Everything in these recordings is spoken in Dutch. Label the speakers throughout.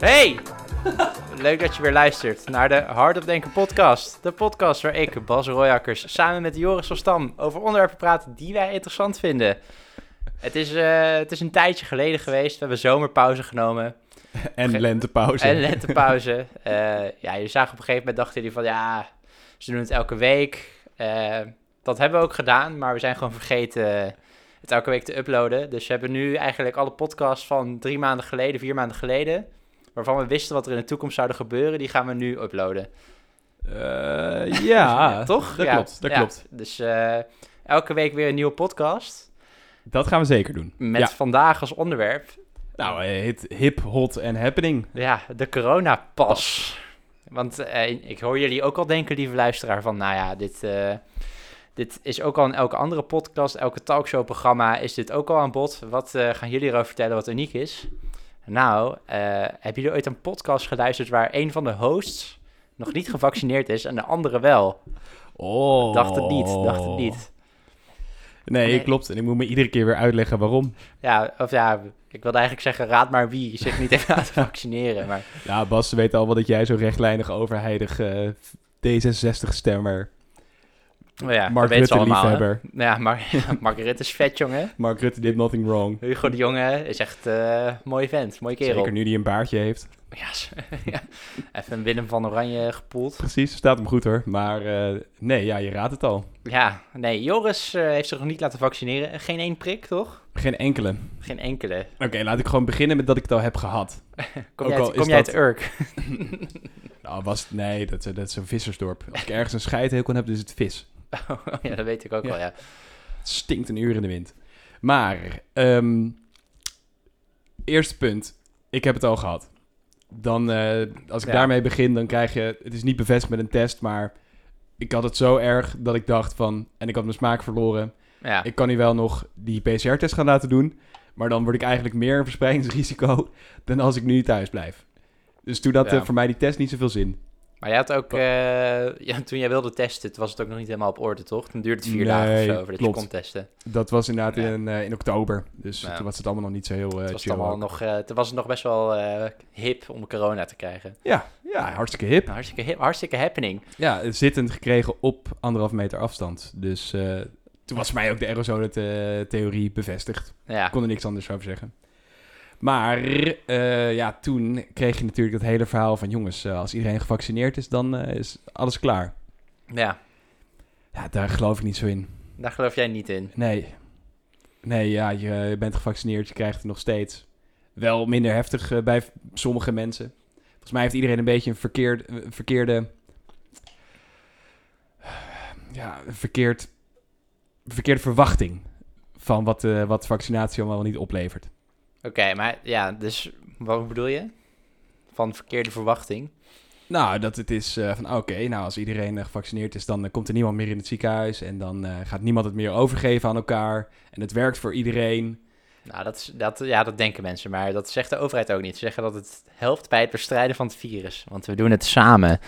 Speaker 1: Hey! Leuk dat je weer luistert naar de Hard op Denken podcast. De podcast waar ik, Bas Royakkers, samen met Joris van Stam over onderwerpen praten die wij interessant vinden. Het is, eh, het is een tijdje geleden geweest. We hebben zomerpauze genomen
Speaker 2: En
Speaker 1: Ge-
Speaker 2: lentepauze.
Speaker 1: en lentepauze. Eh ja, je zag op een gegeven moment, dachten jullie van ja, ze doen het elke week. Eh, dat hebben we ook gedaan, maar we zijn gewoon vergeten het elke week te uploaden. Dus we hebben nu eigenlijk alle podcasts van drie maanden geleden, vier maanden geleden, waarvan we wisten wat er in de toekomst zouden gebeuren, die gaan we nu uploaden.
Speaker 2: Eh, ja,
Speaker 1: Toch?
Speaker 2: Dat
Speaker 1: Ja,
Speaker 2: klopt, dat
Speaker 1: ja.
Speaker 2: klopt.
Speaker 1: Dus eh, elke week weer een nieuwe podcast
Speaker 2: Dat gaan we zeker doen.
Speaker 1: met
Speaker 2: Ja.
Speaker 1: vandaag als onderwerp,
Speaker 2: Nou, eh, het hip, hot en happening.
Speaker 1: ja, de coronapas. Want eh, ik hoor jullie ook al denken, lieve luisteraar, van nou ja, dit, eh, dit is ook al in elke andere podcast, elke talkshow-programma is dit ook al aan bod. Wat eh, gaan jullie erover vertellen wat uniek is? Nou, eh, hebben jullie ooit een podcast geluisterd waar een van de hosts nog niet gevaccineerd is en de andere wel?
Speaker 2: Oh.
Speaker 1: Dacht het niet, dacht het niet.
Speaker 2: Nee,
Speaker 1: Nee.
Speaker 2: klopt. En ik moet me iedere keer weer uitleggen waarom.
Speaker 1: Ja, of ja, ik wilde eigenlijk zeggen, raad maar wie zich niet heeft laten vaccineren. Maar
Speaker 2: Ja, Nou, Bas, ze weten al wel dat jij zo rechtlijnig, overheidig eh, D66-stemmer,
Speaker 1: maar ja, dat
Speaker 2: Mark
Speaker 1: weten ze allemaal, hè.
Speaker 2: Rutte-liefhebber.
Speaker 1: Ja, maar Margaret is vet, jongen.
Speaker 2: Mark Rutte did nothing wrong.
Speaker 1: Hugo de Jonge is echt een mooi vent, mooi kerel.
Speaker 2: Zeker nu die een baardje heeft.
Speaker 1: Ja, s- ja. Even een Willem van Oranje gepoeld.
Speaker 2: Precies, staat hem goed hoor. Maar eh, nee, ja, je raadt het al.
Speaker 1: Ja, nee, Joris eh, heeft zich nog niet laten vaccineren. Geen één prik, toch?
Speaker 2: Geen enkele.
Speaker 1: Geen enkele.
Speaker 2: Oké, laat ik gewoon beginnen met dat ik het al heb gehad.
Speaker 1: Kom
Speaker 2: Ook
Speaker 1: jij,
Speaker 2: al
Speaker 1: uit,
Speaker 2: is
Speaker 1: kom jij
Speaker 2: dat-
Speaker 1: uit Urk?
Speaker 2: Nou, was, nee, dat, dat is een vissersdorp. Als ik ergens een scheidhekel aan heb, dan is het vis.
Speaker 1: Oh, ja, dat weet ik ook
Speaker 2: Ja.
Speaker 1: wel, ja.
Speaker 2: Het stinkt een uur in de wind. Maar, ehm, eerste punt. Ik heb het al gehad. Dan, eh, als ik
Speaker 1: Ja.
Speaker 2: daarmee begin, dan krijg je... Het is niet bevestigd met een test, maar... Ik had het zo erg dat ik dacht van... En ik had mijn smaak verloren.
Speaker 1: Ja,
Speaker 2: Ik kan nu wel nog die PCR-test gaan laten doen. Maar dan word ik eigenlijk meer een verspreidingsrisico... dan als ik nu thuis blijf. Dus toen dat
Speaker 1: Ja.
Speaker 2: eh, voor mij die test niet zoveel zin.
Speaker 1: maar jij had ook... eh, ja, toen jij wilde testen, toen was het ook nog niet helemaal op orde, toch? Toen duurde het vier
Speaker 2: Nee,
Speaker 1: dagen of zo, voordat je
Speaker 2: klopt.
Speaker 1: kon testen.
Speaker 2: Dat was inderdaad
Speaker 1: Ja.
Speaker 2: in, eh, in oktober. Dus
Speaker 1: Ja.
Speaker 2: toen was het allemaal nog niet zo heel eh
Speaker 1: Het was,
Speaker 2: chill.
Speaker 1: het allemaal nog, eh, toen was het nog best wel eh, hip om corona te krijgen.
Speaker 2: Ja, ja, hartstikke hip.
Speaker 1: Nou, hartstikke, hip, hartstikke happening.
Speaker 2: Ja, zittend gekregen op anderhalf meter afstand. Dus eh, toen was voor mij ook de aerosolentheorie bevestigd.
Speaker 1: Ja,
Speaker 2: Ik kon er niks anders over zeggen. Maar eh, ja, toen kreeg je natuurlijk dat hele verhaal van... jongens, eh, als iedereen gevaccineerd is, dan eh, is alles klaar.
Speaker 1: ja.
Speaker 2: Ja, daar geloof ik niet zo in.
Speaker 1: Daar geloof jij niet in.
Speaker 2: Nee. Nee, ja, je eh, bent gevaccineerd, je krijgt het nog steeds. Wel minder heftig eh, bij v- sommige mensen. Volgens mij heeft iedereen een beetje een verkeerd, een verkeerde... Ja, een verkeerd, een verkeerde verwachting van wat, eh, wat vaccinatie allemaal niet oplevert.
Speaker 1: Oké, maar ja, dus wat bedoel je? Van verkeerde verwachting.
Speaker 2: Nou, dat het is eh, van oké, nou als iedereen eh, gevaccineerd is, dan eh, komt er niemand meer in het ziekenhuis. En dan eh, gaat niemand het meer overgeven aan elkaar. En het werkt voor iedereen.
Speaker 1: Nou, dat, is, dat, ja, dat denken mensen, maar dat zegt de overheid ook niet. Ze zeggen dat het helpt bij het bestrijden van het virus, want we doen het samen.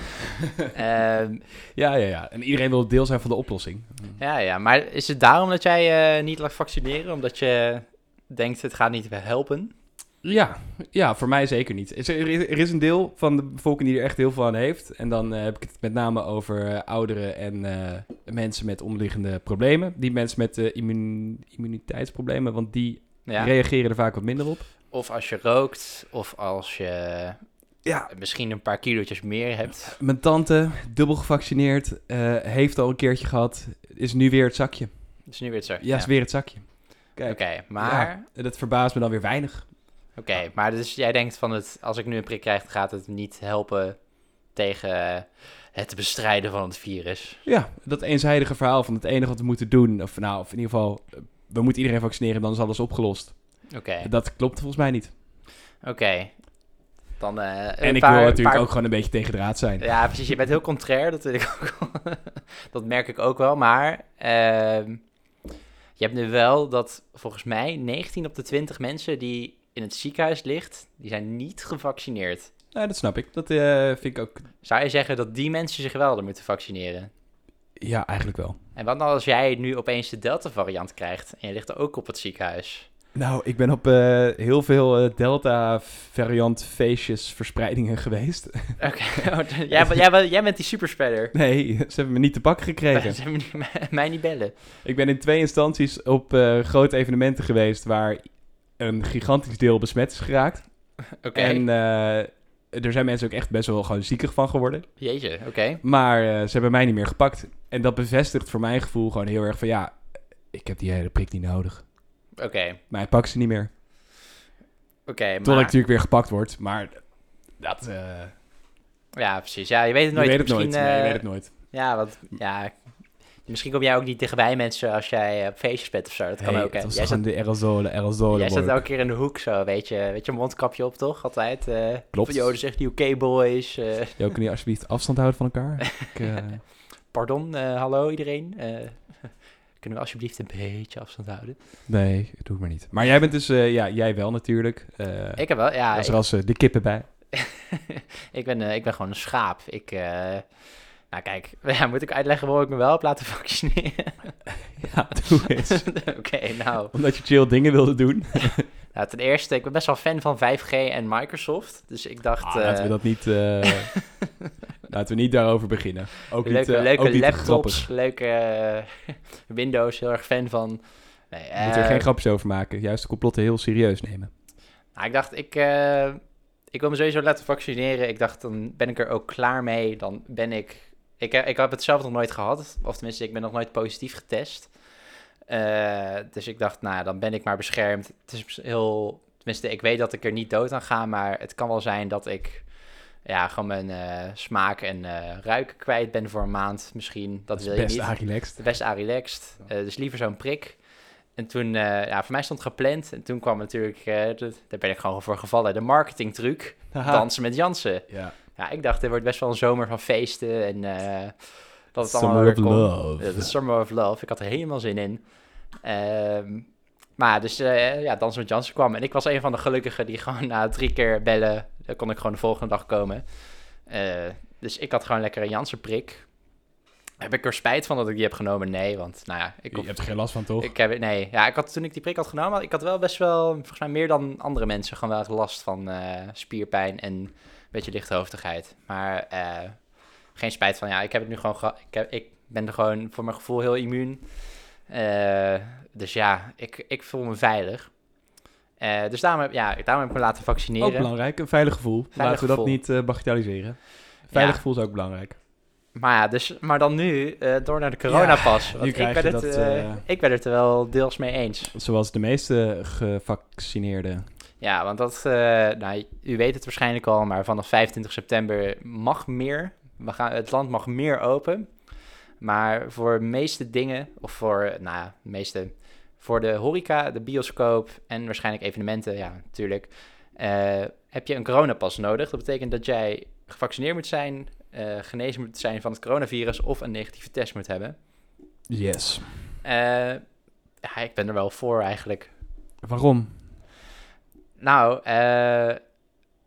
Speaker 1: Ehm,
Speaker 2: Ja, ja, ja. En iedereen wil deel zijn van de oplossing.
Speaker 1: ja, ja, maar is het daarom dat jij eh, niet laat vaccineren? Omdat je denkt, het gaat niet helpen?
Speaker 2: Ja, ja, voor mij zeker niet. Is Er er is, er is een deel van de bevolking die er echt heel veel aan heeft. En dan eh, heb ik het met name over eh, ouderen en eh, mensen met onderliggende problemen. Die mensen met eh, immun- immuniteitsproblemen, want die
Speaker 1: Ja.
Speaker 2: reageren er vaak wat minder op.
Speaker 1: Of als je rookt, of als je
Speaker 2: Ja.
Speaker 1: misschien een paar kilootjes meer hebt.
Speaker 2: Mijn tante, dubbel gevaccineerd, eh, heeft al een keertje gehad, is nu weer het zakje.
Speaker 1: Dat is nu weer het zo.
Speaker 2: Ja, is weer het zakje.
Speaker 1: Oké,
Speaker 2: Kijk,
Speaker 1: maar...
Speaker 2: ja, dat verbaast me dan weer weinig.
Speaker 1: Oké, maar dus jij denkt van het, als ik nu een prik krijg, dan gaat het niet helpen tegen eh, het bestrijden van het virus.
Speaker 2: Ja, dat eenzijdige verhaal van het enige wat we moeten doen, of nou, of in ieder geval, eh, we moeten iedereen vaccineren, dan is alles opgelost.
Speaker 1: Oké,
Speaker 2: Dat klopt volgens mij niet.
Speaker 1: oké. Dan eh, een
Speaker 2: En ik
Speaker 1: paar-
Speaker 2: wil natuurlijk
Speaker 1: paar-
Speaker 2: ook gewoon een beetje tegen de raad zijn.
Speaker 1: Ja, precies. Je bent heel contrair, dat weet ik ook wel. dat merk ik ook wel, maar ehm, je hebt nu wel dat volgens mij 19 op de 20 mensen die in het ziekenhuis ligt, die zijn niet gevaccineerd.
Speaker 2: Nou, dat snap ik. Dat eh, vind ik ook...
Speaker 1: Zou je zeggen dat die mensen zich wel hadden moeten vaccineren?
Speaker 2: Ja, eigenlijk wel.
Speaker 1: En wat nou als jij nu opeens de Delta-variant krijgt en je ligt er ook op het ziekenhuis?
Speaker 2: Nou, ik ben op eh, heel veel eh, Delta-variant feestjes, verspreidingen geweest.
Speaker 1: Oké, oh, d- jij, jij, jij, jij bent die superspreader.
Speaker 2: Nee, ze hebben me niet te pakken gekregen.
Speaker 1: Ze hebben niet- mij niet bellen.
Speaker 2: Ik ben in twee instanties op eh, grote evenementen geweest waar een gigantisch deel besmet is geraakt.
Speaker 1: Oké.
Speaker 2: En eh, er zijn mensen ook echt best wel gewoon ziekig van geworden.
Speaker 1: Jeetje, oké.
Speaker 2: Maar eh, ze hebben mij niet meer gepakt. En dat bevestigt voor mijn gevoel gewoon heel erg van ja, ik heb die hele prik niet nodig.
Speaker 1: Oké,
Speaker 2: Mij pakken ze niet meer.
Speaker 1: oké.
Speaker 2: Totdat ik
Speaker 1: maar-
Speaker 2: natuurlijk weer gepakt word. Maar dat, eh
Speaker 1: Ja, precies. Ja, je weet het
Speaker 2: je
Speaker 1: nooit.
Speaker 2: weet het nooit.
Speaker 1: Misschien,
Speaker 2: Nee, je
Speaker 1: eh,
Speaker 2: weet het nooit.
Speaker 1: Ja, want ja, misschien kom jij ook niet dichtbij mensen als jij eh, op feestjes bent of zo. Dat kan
Speaker 2: Hey,
Speaker 1: ook. Hè.
Speaker 2: Het was
Speaker 1: Jij,
Speaker 2: gewoon
Speaker 1: zat,
Speaker 2: de aerosolen, aerosolen.
Speaker 1: jij zat
Speaker 2: worden.
Speaker 1: elke keer in de hoek zo, weet je. Weet je, mondkapje op toch? Altijd. eh
Speaker 2: Klopt.
Speaker 1: Joden zegt die UK boys. eh,
Speaker 2: Jo, kun je alsjeblieft afstand houden van elkaar? ik, eh,
Speaker 1: pardon, eh, hallo iedereen. eh, kunnen we alsjeblieft een beetje afstand houden?
Speaker 2: nee, doe ik maar niet. Maar jij bent dus, eh, ja, jij wel natuurlijk. Eh
Speaker 1: Ik heb wel, ja.
Speaker 2: als
Speaker 1: Ik,
Speaker 2: er als eh, de kippen bij.
Speaker 1: ik ben, eh, ik ben gewoon een schaap. Ik, eh, nou kijk, ja, moet ik uitleggen waarom ik me wel heb laten vaccineren?
Speaker 2: Ja, doe eens.
Speaker 1: Oké, nou.
Speaker 2: Omdat je chill dingen wilde doen.
Speaker 1: Nou, ten eerste, ik ben best wel fan van 5G en Microsoft. Dus ik dacht,
Speaker 2: Ah, laten we
Speaker 1: eh,
Speaker 2: dat niet. eh, laten we niet daarover beginnen. Ook niet,
Speaker 1: leuke,
Speaker 2: eh,
Speaker 1: leuke
Speaker 2: ook niet te grappig.
Speaker 1: laptops, leuke eh, Windows, heel erg fan van. Nee,
Speaker 2: Je moet
Speaker 1: eh,
Speaker 2: er geen grapjes over maken. Juist de complotten heel serieus nemen.
Speaker 1: nou, ik dacht, ik, eh, ik wil me sowieso laten vaccineren. Ik dacht, dan ben ik er ook klaar mee. Dan ben ik... Ik, eh, ik heb het zelf nog nooit gehad. Of tenminste, ik ben nog nooit positief getest. Eh, dus ik dacht, nou, dan ben ik maar beschermd. Het is heel... Tenminste, ik weet dat ik er niet dood aan ga. Maar het kan wel zijn dat ik... Ja, gewoon mijn eh, smaak en eh ruiken kwijt ben voor een maand misschien. Dat,
Speaker 2: is
Speaker 1: wil je
Speaker 2: best
Speaker 1: niet.
Speaker 2: relaxed.
Speaker 1: Het best aan relaxed. Eh, dus liever zo'n prik. En toen, eh, ja, voor mij stond gepland. En toen kwam natuurlijk, eh, de- daar ben ik gewoon voor gevallen, de marketingtruc. Dansen met Jansen.
Speaker 2: Ja.
Speaker 1: Ja, ik dacht, dit wordt best wel een zomer van feesten. En eh, dat het allemaal
Speaker 2: Summer
Speaker 1: weer
Speaker 2: of
Speaker 1: komt.
Speaker 2: love.
Speaker 1: Ja, de Summer of Love. Ik had er helemaal zin in. Ehm, maar dus, eh, ja, Dans met Jansen kwam. En ik was een van de gelukkigen die gewoon na drie keer bellen... dan kon ik gewoon de volgende dag komen. Eh, dus ik had gewoon lekker een Jansen-prik. Heb ik er spijt van dat ik die heb genomen? Nee, want nou ja... Ik
Speaker 2: Je hebt er geen last van, toch?
Speaker 1: ik heb, nee, ja, ik had, toen ik die prik had genomen, had- ik had wel best wel, volgens mij meer dan andere mensen, gewoon wel echt last van eh, spierpijn en een beetje lichthoofdigheid. Maar eh, geen spijt van, ja, ik heb het nu gewoon gehad. Ik, heb- ik ben er gewoon voor mijn gevoel heel immuun. Eh, dus ja, ik, ik voel me veilig. Eh, dus daarom heb, ja, daarom heb ik me laten
Speaker 2: ook
Speaker 1: vaccineren.
Speaker 2: belangrijk. Een veilig gevoel. Laten we dat
Speaker 1: gevoel.
Speaker 2: niet eh, bagatelliseren. Veilig
Speaker 1: Ja.
Speaker 2: gevoel is ook belangrijk.
Speaker 1: Maar ja, dus, maar dan nu eh, door naar de coronapas. Want
Speaker 2: nu
Speaker 1: ik
Speaker 2: krijg
Speaker 1: ben,
Speaker 2: je
Speaker 1: het,
Speaker 2: dat,
Speaker 1: eh,
Speaker 2: eh,
Speaker 1: ik ben het er wel deels mee eens.
Speaker 2: Zoals de meeste gevaccineerden.
Speaker 1: Ja, want dat, eh, nou, u weet het waarschijnlijk al, maar vanaf 25 september mag meer. We gaan, het land mag meer open. Maar voor de meeste dingen, of voor, nou ja, de meeste, voor de horeca, de bioscoop en waarschijnlijk evenementen, ja, natuurlijk, eh, heb je een coronapas nodig. Dat betekent dat jij gevaccineerd moet zijn, eh, genezen moet zijn van het coronavirus of een negatieve test moet hebben.
Speaker 2: Yes.
Speaker 1: Eh, ja, ik ben er wel voor eigenlijk.
Speaker 2: Waarom?
Speaker 1: Nou, eh,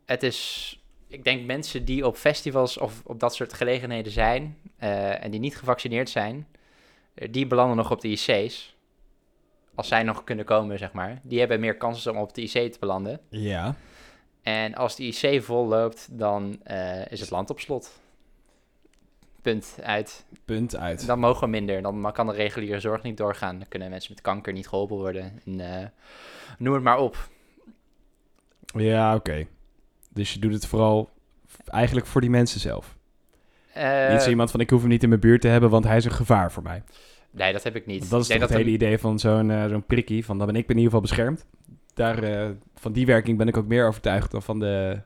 Speaker 1: het is. Ik denk mensen die op festivals of op dat soort gelegenheden zijn. eh, en die niet gevaccineerd zijn. eh, die belanden nog op de IC's. Als zij nog kunnen komen, zeg maar. Die hebben meer kansen om op de IC te belanden.
Speaker 2: Ja.
Speaker 1: En als de IC vol loopt, dan eh, is het land op slot. Punt uit.
Speaker 2: Punt uit.
Speaker 1: Dan mogen we minder. Dan ma- kan de reguliere zorg niet doorgaan. Dan kunnen mensen met kanker niet geholpen worden. En, eh, noem het maar op.
Speaker 2: Ja, oké. Dus je doet het vooral f- eigenlijk voor die mensen zelf.
Speaker 1: Eh,
Speaker 2: niet zo iemand van ik hoef hem niet in mijn buurt te hebben, want hij is een gevaar voor mij.
Speaker 1: Nee, dat heb ik niet.
Speaker 2: Want dat is
Speaker 1: Ik
Speaker 2: toch
Speaker 1: denk
Speaker 2: het hele idee van zo'n eh, zo'n prikkie, van dan ben ik in ieder geval beschermd. Daar, eh, van die werking ben ik ook meer overtuigd dan van de,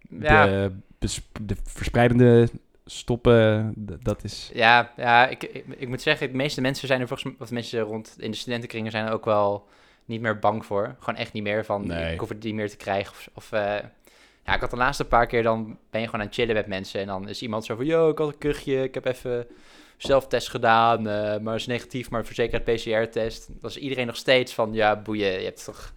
Speaker 1: de- ja,
Speaker 2: de, besp- de verspreidende stoppen. D- dat is...
Speaker 1: ja, ja ik, ik, ik moet zeggen, de meeste mensen zijn er volgens mij, of mensen rond in de studentenkringen zijn er ook wel niet meer bang voor. Gewoon echt niet meer van,
Speaker 2: Nee.
Speaker 1: ik hoef het niet meer te krijgen. Of, of, eh, ja, ik had de laatste paar keer, dan ben je gewoon aan het chillen met mensen. En dan is iemand zo van, yo, ik had een kuchje, ik heb even zelftest gedaan, eh, maar is negatief, maar verzekerd PCR-test. Dan is iedereen nog steeds van, ja, boeien, je hebt toch,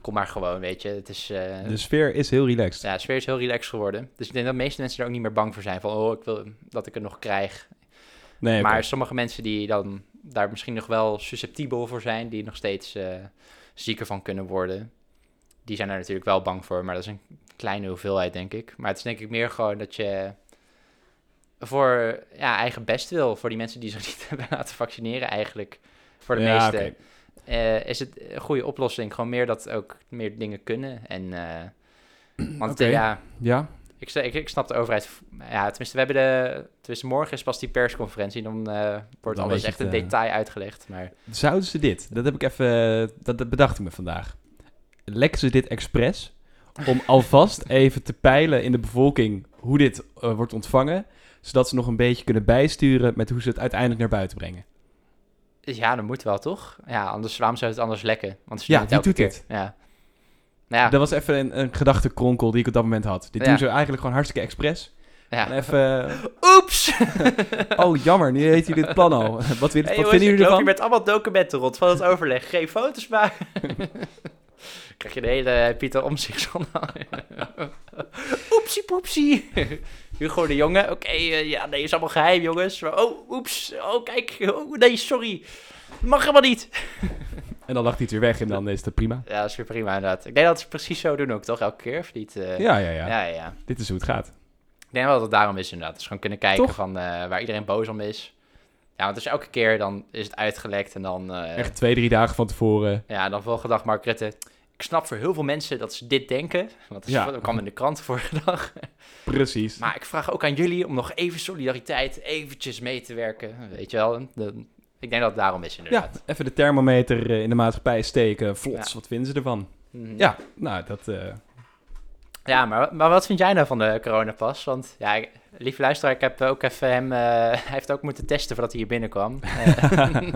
Speaker 1: kom maar gewoon, weet je. Het is, eh,
Speaker 2: De sfeer is heel relaxed.
Speaker 1: Ja, de sfeer is heel relaxed geworden. Dus ik denk dat de meeste mensen er ook niet meer bang voor zijn. Van, oh, ik wil dat ik het nog krijg.
Speaker 2: Nee, oké.
Speaker 1: Maar sommige mensen die dan daar misschien nog wel susceptibel voor zijn... die nog steeds eh, zieker van kunnen worden. Die zijn er natuurlijk wel bang voor, maar dat is een kleine hoeveelheid, denk ik. Maar het is denk ik meer gewoon dat je voor ja, eigen best wil, voor die mensen die zich niet hebben laten vaccineren eigenlijk, voor de
Speaker 2: Ja,
Speaker 1: meeste
Speaker 2: oké.
Speaker 1: eh, is het een goede oplossing. Gewoon meer dat ook meer dingen kunnen. En, eh, want
Speaker 2: Oké.
Speaker 1: eh, ja,
Speaker 2: Ja,
Speaker 1: ik, sta- ik, ik snap de overheid. v- Ja, tenminste, we hebben de, tenminste, morgen is pas die persconferentie. Dan eh, wordt
Speaker 2: Dan
Speaker 1: alles
Speaker 2: weet je
Speaker 1: echt
Speaker 2: het,
Speaker 1: in
Speaker 2: eh.
Speaker 1: detail uitgelegd. Maar
Speaker 2: Zouden ze dit, dat heb ik even, dat, dat bedacht ik me vandaag. Lekken ze dit expres om alvast even te peilen in de bevolking hoe dit eh, wordt ontvangen, zodat ze nog een beetje kunnen bijsturen met hoe ze het uiteindelijk naar buiten brengen?
Speaker 1: Dus ja, dat moet wel, toch? Ja, anders, waarom zou het anders lekken? Want ze
Speaker 2: Ja,
Speaker 1: doen het
Speaker 2: wie
Speaker 1: elke
Speaker 2: doet
Speaker 1: keer. Ja. Nou ja,
Speaker 2: Dat was even een, een gedachtenkronkel die ik op dat moment had. Dit
Speaker 1: Ja.
Speaker 2: doen ze eigenlijk gewoon hartstikke expres.
Speaker 1: ja.
Speaker 2: En even, eh,
Speaker 1: Oeps!
Speaker 2: oh jammer, nu heet jullie dit plan al. Wat, wil, wat
Speaker 1: Hey,
Speaker 2: vinden
Speaker 1: jongens, ik
Speaker 2: jullie
Speaker 1: loop hier
Speaker 2: ervan?
Speaker 1: met allemaal documenten rond van het overleg. Geen foto's maken. Krijg je de hele eh, Pieter om zich zo Oepsie poepsie. Hugo de Jonge. Oké, eh, ja, nee, is allemaal geheim, jongens. Maar, oh, oeps. Oh, kijk. Oh, nee, sorry. Mag helemaal niet.
Speaker 2: En dan lacht hij het weer weg en dan is dat prima.
Speaker 1: Ja, dat is weer prima, inderdaad. Ik denk dat ze het precies zo doen ook, toch? Elke keer, of niet? Eh,
Speaker 2: Ja, ja, ja,
Speaker 1: ja, ja.
Speaker 2: Dit is hoe het gaat.
Speaker 1: Ik denk wel dat het daarom is inderdaad. Dus gewoon kunnen kijken
Speaker 2: Toch?
Speaker 1: van eh, waar iedereen boos om is. Ja, want dus elke keer dan is het uitgelekt en dan... eh,
Speaker 2: Echt twee, drie dagen van tevoren.
Speaker 1: Ja, dan volgende dag Mark Rutte. Ik snap voor heel veel mensen dat ze dit denken. Want dat
Speaker 2: Ja.
Speaker 1: is- dat kwam in de krant vorige dag.
Speaker 2: Precies.
Speaker 1: Maar ik vraag ook aan jullie om nog even solidariteit eventjes mee te werken. Weet je wel? de- ik denk dat het daarom is
Speaker 2: Ja,
Speaker 1: inderdaad.
Speaker 2: even de thermometer eh, in de maatschappij steken. Vlots,
Speaker 1: Ja.
Speaker 2: wat vinden ze ervan?
Speaker 1: Mhm.
Speaker 2: Ja, nou, dat... eh,
Speaker 1: Ja, maar, maar wat vind jij nou van de coronapas? Want ja, ik- lieve luisteraar, ik heb ook even hem... eh, hij heeft ook moeten testen voordat hij hier binnenkwam. Eh,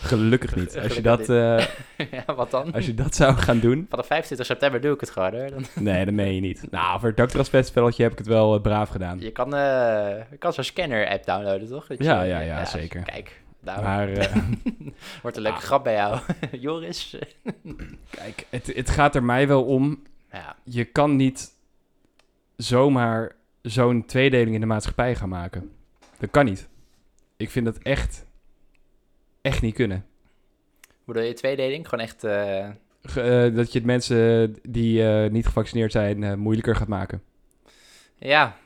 Speaker 2: gelukkig niet. Als je,
Speaker 1: Gelukkig
Speaker 2: dat, eh,
Speaker 1: ja, wat dan?
Speaker 2: als je dat zou gaan doen...
Speaker 1: Vanaf 25 september doe ik het gewoon hoor. Dan,
Speaker 2: Nee, dat meen je niet. Nou, voor het dakterrasfestivaltje heb ik het wel eh, braaf gedaan.
Speaker 1: je kan, eh, je kan zo'n scanner-app downloaden, toch? Dat je-
Speaker 2: Ja, ja, ja, zeker.
Speaker 1: Kijk, daarom.
Speaker 2: Maar eh,
Speaker 1: Wordt een leuke
Speaker 2: Ah.
Speaker 1: grap bij jou, Joris.
Speaker 2: kijk, het, het gaat er mij wel om.
Speaker 1: Ja,
Speaker 2: Je kan niet zomaar zo'n tweedeling in de maatschappij gaan maken. Dat kan niet. Ik vind dat echt, echt niet kunnen.
Speaker 1: hoe doe je tweedeling? Gewoon echt... eh,
Speaker 2: Ge- eh, dat je het mensen die eh, niet gevaccineerd zijn eh, moeilijker gaat maken.
Speaker 1: Ja.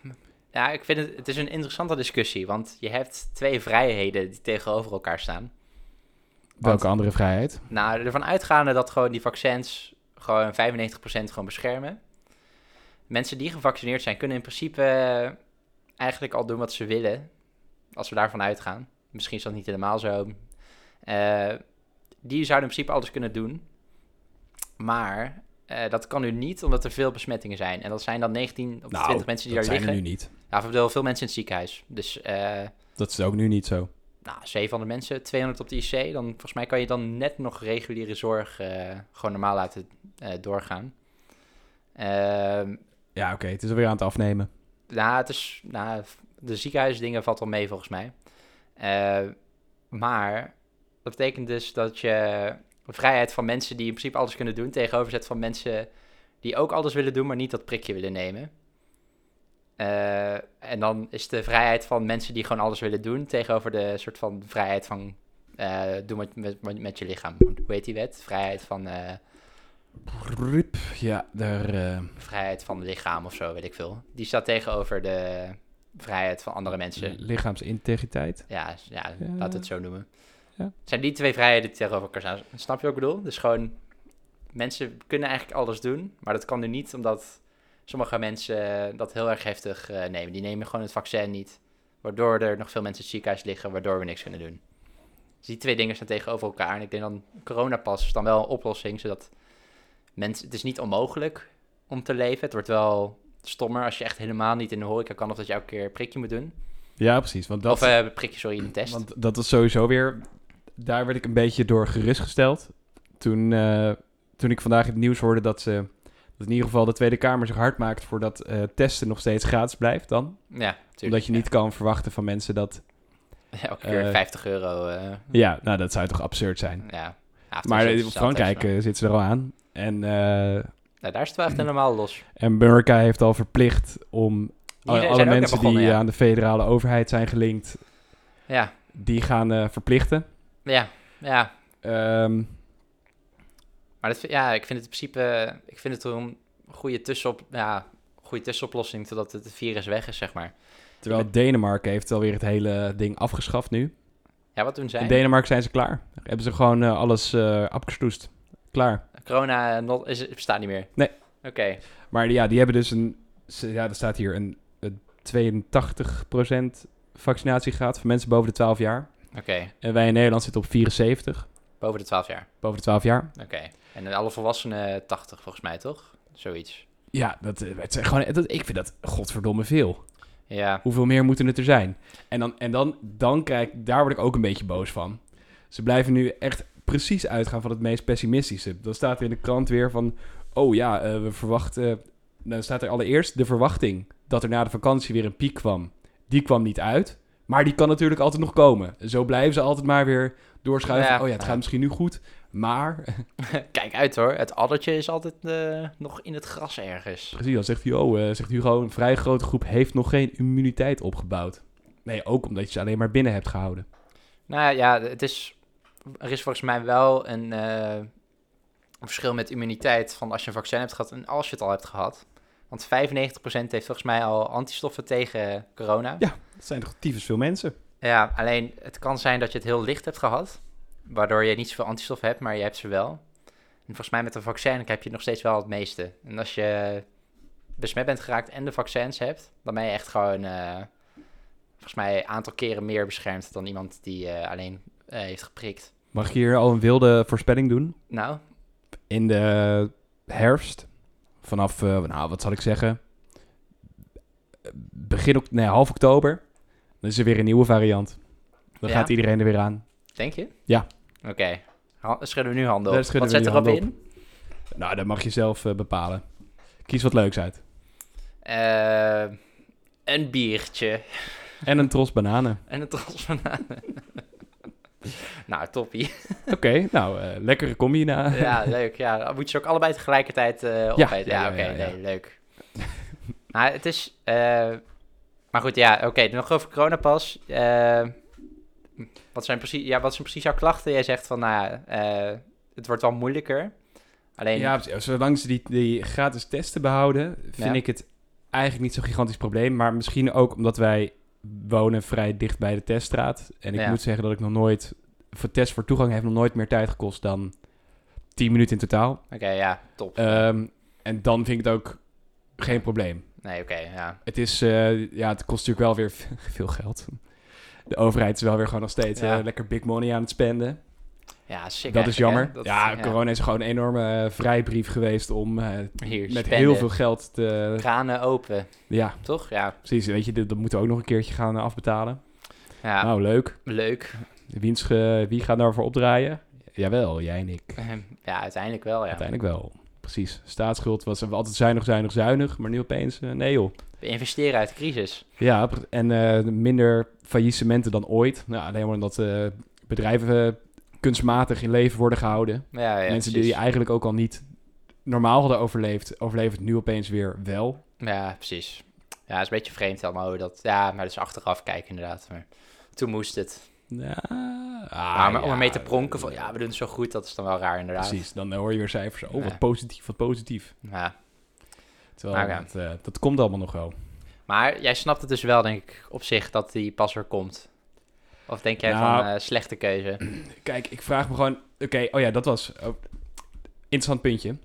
Speaker 1: ja, ik vind het... Het is een interessante discussie, want je hebt twee vrijheden die tegenover elkaar staan.
Speaker 2: Welke andere vrijheid?
Speaker 1: Nou, ervan uitgaande dat gewoon die vaccins gewoon 95% gewoon beschermen. Mensen die gevaccineerd zijn kunnen in principe eh, eigenlijk al doen wat ze willen. Als we daarvan uitgaan. Misschien is dat niet helemaal zo. Eh, die zouden in principe alles kunnen doen. Maar eh, dat kan nu niet omdat er veel besmettingen zijn. En dat zijn dan 19 of 20 mensen die
Speaker 2: Nou, dat
Speaker 1: daar
Speaker 2: zijn
Speaker 1: liggen.
Speaker 2: er nu niet.
Speaker 1: Ja, of veel mensen in het ziekenhuis. Dus eh,
Speaker 2: Dat is ook nu niet zo.
Speaker 1: nou, 700 mensen, 200 op de IC. Dan, volgens mij kan je dan net nog reguliere zorg eh, gewoon normaal laten eh, doorgaan. Ehm
Speaker 2: Ja, oké, het is alweer aan het afnemen.
Speaker 1: nou, het is, nou, de ziekenhuisdingen valt wel mee volgens mij. Eh, maar dat betekent dus dat je de vrijheid van mensen die in principe alles kunnen doen... tegenoverzet van mensen die ook alles willen doen, maar niet dat prikje willen nemen. Eh, en dan is de vrijheid van mensen die gewoon alles willen doen... tegenover de soort van vrijheid van... eh doe met, met, met je lichaam. Hoe heet die wet? Vrijheid van, eh,
Speaker 2: Rup, ja, daar. eh,
Speaker 1: vrijheid van het lichaam of zo, weet ik veel. Die staat tegenover de vrijheid van andere
Speaker 2: Mm.
Speaker 1: mensen.
Speaker 2: lichaamsintegriteit.
Speaker 1: Ja, ja,
Speaker 2: Ja.
Speaker 1: laat het zo noemen.
Speaker 2: Ja.
Speaker 1: Zijn die twee vrijheden die tegenover elkaar staan? Snap je wat ik bedoel? Dus gewoon, mensen kunnen eigenlijk alles doen, maar dat kan nu niet omdat sommige mensen eh, dat heel erg heftig eh, nemen. Die nemen gewoon het vaccin niet, waardoor er nog veel mensen in het ziekenhuis liggen, waardoor we niks kunnen doen. Dus die twee dingen staan tegenover elkaar. En ik denk dan, coronapas is dan wel een oplossing, zodat mensen, het is niet onmogelijk om te leven. Het wordt wel stommer als je echt helemaal niet in de horeca kan of dat je elke keer een prikje moet doen.
Speaker 2: Ja, precies. Want dat,
Speaker 1: Of eh prikje, sorry, een test.
Speaker 2: want dat was sowieso weer. Daar werd ik een beetje door gerustgesteld. Toen, eh, toen ik vandaag het nieuws hoorde dat ze. Dat in ieder geval de Tweede Kamer zich hard maakt voor dat eh, testen nog steeds gratis blijft dan.
Speaker 1: Ja, tuurlijk.
Speaker 2: omdat je
Speaker 1: ja.
Speaker 2: niet kan verwachten van mensen dat.
Speaker 1: Elke keer
Speaker 2: eh,
Speaker 1: 50 euro. eh,
Speaker 2: Ja, nou dat zou toch absurd zijn.
Speaker 1: ja. Ja,
Speaker 2: Maar
Speaker 1: het
Speaker 2: in
Speaker 1: is altijd
Speaker 2: Frankrijk
Speaker 1: zo.
Speaker 2: eh, zit ze er al aan. En, eh,
Speaker 1: Nou, daar is het wel echt helemaal los.
Speaker 2: en Amerika heeft al verplicht om eh,
Speaker 1: Hier
Speaker 2: alle-
Speaker 1: zijn
Speaker 2: alle
Speaker 1: ook net
Speaker 2: mensen
Speaker 1: begonnen,
Speaker 2: die
Speaker 1: ja.
Speaker 2: aan de federale overheid zijn gelinkt,
Speaker 1: Ja,
Speaker 2: die gaan eh, verplichten.
Speaker 1: ja, ja.
Speaker 2: Ehm,
Speaker 1: Maar dat, vind- ja, ik vind het in principe, ik vind het een goede, tussenop, ja, goede tussenoplossing totdat het virus weg is, zeg maar.
Speaker 2: Terwijl Denemarken heeft alweer het hele ding afgeschaft nu.
Speaker 1: Ja, wat doen
Speaker 2: In
Speaker 1: zij?
Speaker 2: Denemarken zijn ze klaar. Hebben ze gewoon eh, alles eh abgestoest. Klaar.
Speaker 1: Corona eh, not, is, bestaat niet meer.
Speaker 2: Nee.
Speaker 1: Oké.
Speaker 2: Maar ja, die hebben dus een... ze- Ja, er staat hier een, een 82% vaccinatiegraad voor mensen boven de 12 jaar.
Speaker 1: Oké,
Speaker 2: En wij in Nederland zitten op 74,
Speaker 1: boven de 12 jaar.
Speaker 2: boven de 12 jaar.
Speaker 1: Oké. En alle volwassenen 80 volgens mij, toch? Zoiets.
Speaker 2: Ja, dat, eh, het zijn gewoon, dat, ik vind dat godverdomme veel.
Speaker 1: Ja.
Speaker 2: Hoeveel meer moeten het er zijn? En, dan, en dan, dan krijg ik, daar word ik ook een beetje boos van. Ze blijven nu echt precies uitgaan van het meest pessimistische. Dan staat er in de krant weer van, oh ja, eh, we verwachten... Dan staat er allereerst de verwachting dat er na de vakantie weer een piek kwam. Die kwam niet uit, maar die kan natuurlijk altijd nog komen. Zo blijven ze altijd maar weer doorschuiven.
Speaker 1: Ja.
Speaker 2: Oh ja, het gaat misschien nu goed, maar...
Speaker 1: Kijk uit hoor, het addertje is altijd eh, nog in het gras ergens.
Speaker 2: Precies, dan zegt hij, oh, eh, zegt Hugo, een vrij grote groep heeft nog geen immuniteit opgebouwd. Nee, ook omdat je ze alleen maar binnen hebt gehouden.
Speaker 1: Nou ja, het is, er is volgens mij wel een eh, verschil met immuniteit van als je een vaccin hebt gehad en als je het al hebt gehad. Want 95% heeft volgens mij al antistoffen tegen corona.
Speaker 2: Ja. Dat zijn toch tyfus veel mensen?
Speaker 1: Ja, alleen het kan zijn dat je het heel licht hebt gehad, waardoor je niet zoveel antistoffen hebt, maar je hebt ze wel. En volgens mij met een vaccin heb je nog steeds wel het meeste. En als je besmet bent geraakt en de vaccins hebt, dan ben je echt gewoon, eh, volgens mij, een aantal keren meer beschermd dan iemand die eh, alleen eh, heeft geprikt.
Speaker 2: Mag ik hier al een wilde voorspelling doen?
Speaker 1: Nou,
Speaker 2: In de herfst, vanaf, eh, nou, wat zal ik zeggen? Begin, ok- nee, half oktober, dan is er weer een nieuwe variant. Dan
Speaker 1: Ja.
Speaker 2: gaat iedereen er weer aan.
Speaker 1: denk je?
Speaker 2: Ja.
Speaker 1: Oké, Ha- schudden we nu handen op.
Speaker 2: Daar schudden
Speaker 1: Wat
Speaker 2: we
Speaker 1: zet
Speaker 2: nu
Speaker 1: erop
Speaker 2: handen
Speaker 1: in?
Speaker 2: Nou, dat mag je zelf eh, bepalen. Kies wat leuks uit.
Speaker 1: Eh, een biertje
Speaker 2: En een tros bananen.
Speaker 1: en een trots bananen. nou, toppie.
Speaker 2: Oké, nou, eh, lekkere combi na.
Speaker 1: Ja, leuk. Ja, dan moet je ze ook allebei tegelijkertijd eh opeten. Ja,
Speaker 2: ja, ja,
Speaker 1: oké.
Speaker 2: ja, ja.
Speaker 1: Nee, leuk. maar het is... eh, maar goed, ja, oké. nog over coronapas. Eh, wat, zijn precies, ja, wat zijn precies jouw klachten? Jij zegt van, nou ja, eh, het wordt wel moeilijker. Alleen,
Speaker 2: Ja, precies. zolang ze die, die gratis testen behouden, vind
Speaker 1: Ja.
Speaker 2: ik het eigenlijk niet zo'n gigantisch probleem. Maar misschien ook omdat wij wonen vrij dicht bij de teststraat. En ik
Speaker 1: Ja.
Speaker 2: moet zeggen dat ik nog nooit, voor test voor toegang heeft nog nooit meer tijd gekost dan 10 minuten in totaal.
Speaker 1: oké, ja, top.
Speaker 2: Ehm, en dan vind ik het ook geen probleem.
Speaker 1: nee, oké, ja.
Speaker 2: Het is, eh, ja, het kost natuurlijk wel weer veel geld. De overheid is wel weer gewoon nog steeds
Speaker 1: Ja.
Speaker 2: eh, lekker big money aan het spenden.
Speaker 1: Ja, sick
Speaker 2: Dat
Speaker 1: eigenlijk,
Speaker 2: is
Speaker 1: hè?
Speaker 2: jammer.
Speaker 1: Dat-
Speaker 2: ja, corona is gewoon een enorme eh, vrijbrief geweest om eh,
Speaker 1: Hier,
Speaker 2: met
Speaker 1: spenden.
Speaker 2: heel veel geld te...
Speaker 1: Kranen open,
Speaker 2: Ja,
Speaker 1: toch? Ja,
Speaker 2: precies. Weet je, dit- dat moeten we ook nog een keertje gaan eh, afbetalen.
Speaker 1: ja
Speaker 2: Nou, leuk.
Speaker 1: leuk.
Speaker 2: Wiens ge- wie gaat daarvoor opdraaien? Jawel, jij en ik.
Speaker 1: ja, uiteindelijk wel, ja.
Speaker 2: Uiteindelijk wel. Precies. Staatsschuld was we altijd zuinig, zuinig, zuinig. Maar nu opeens, eh, nee joh.
Speaker 1: We investeren uit de crisis.
Speaker 2: Ja, pre- en eh, minder faillissementen dan ooit. Nou, alleen maar omdat eh, bedrijven kunstmatig in leven worden gehouden.
Speaker 1: Ja, ja,
Speaker 2: Mensen
Speaker 1: precies.
Speaker 2: die eigenlijk ook al niet normaal hadden overleefd, overleven het nu opeens weer wel.
Speaker 1: Ja, precies. Ja, het is een beetje vreemd allemaal hoe dat... Ja, maar dat is achteraf kijken inderdaad. Maar toen moest het.
Speaker 2: Ja, Ah,
Speaker 1: maar om ermee te pronken van... Ja, we doen het zo goed. Dat is dan wel raar inderdaad.
Speaker 2: Precies, dan hoor je weer cijfers. Oh,
Speaker 1: Ja.
Speaker 2: wat positief, wat positief.
Speaker 1: Ja.
Speaker 2: Terwijl
Speaker 1: Oké.
Speaker 2: dat, eh, dat komt allemaal nog wel.
Speaker 1: Maar jij snapt het dus wel, denk ik, op zich dat die pas weer komt. Of denk jij
Speaker 2: Nou.
Speaker 1: van eh, slechte keuze?
Speaker 2: Kijk, ik vraag me gewoon... Oké, oh ja, dat was... oh, interessant puntje.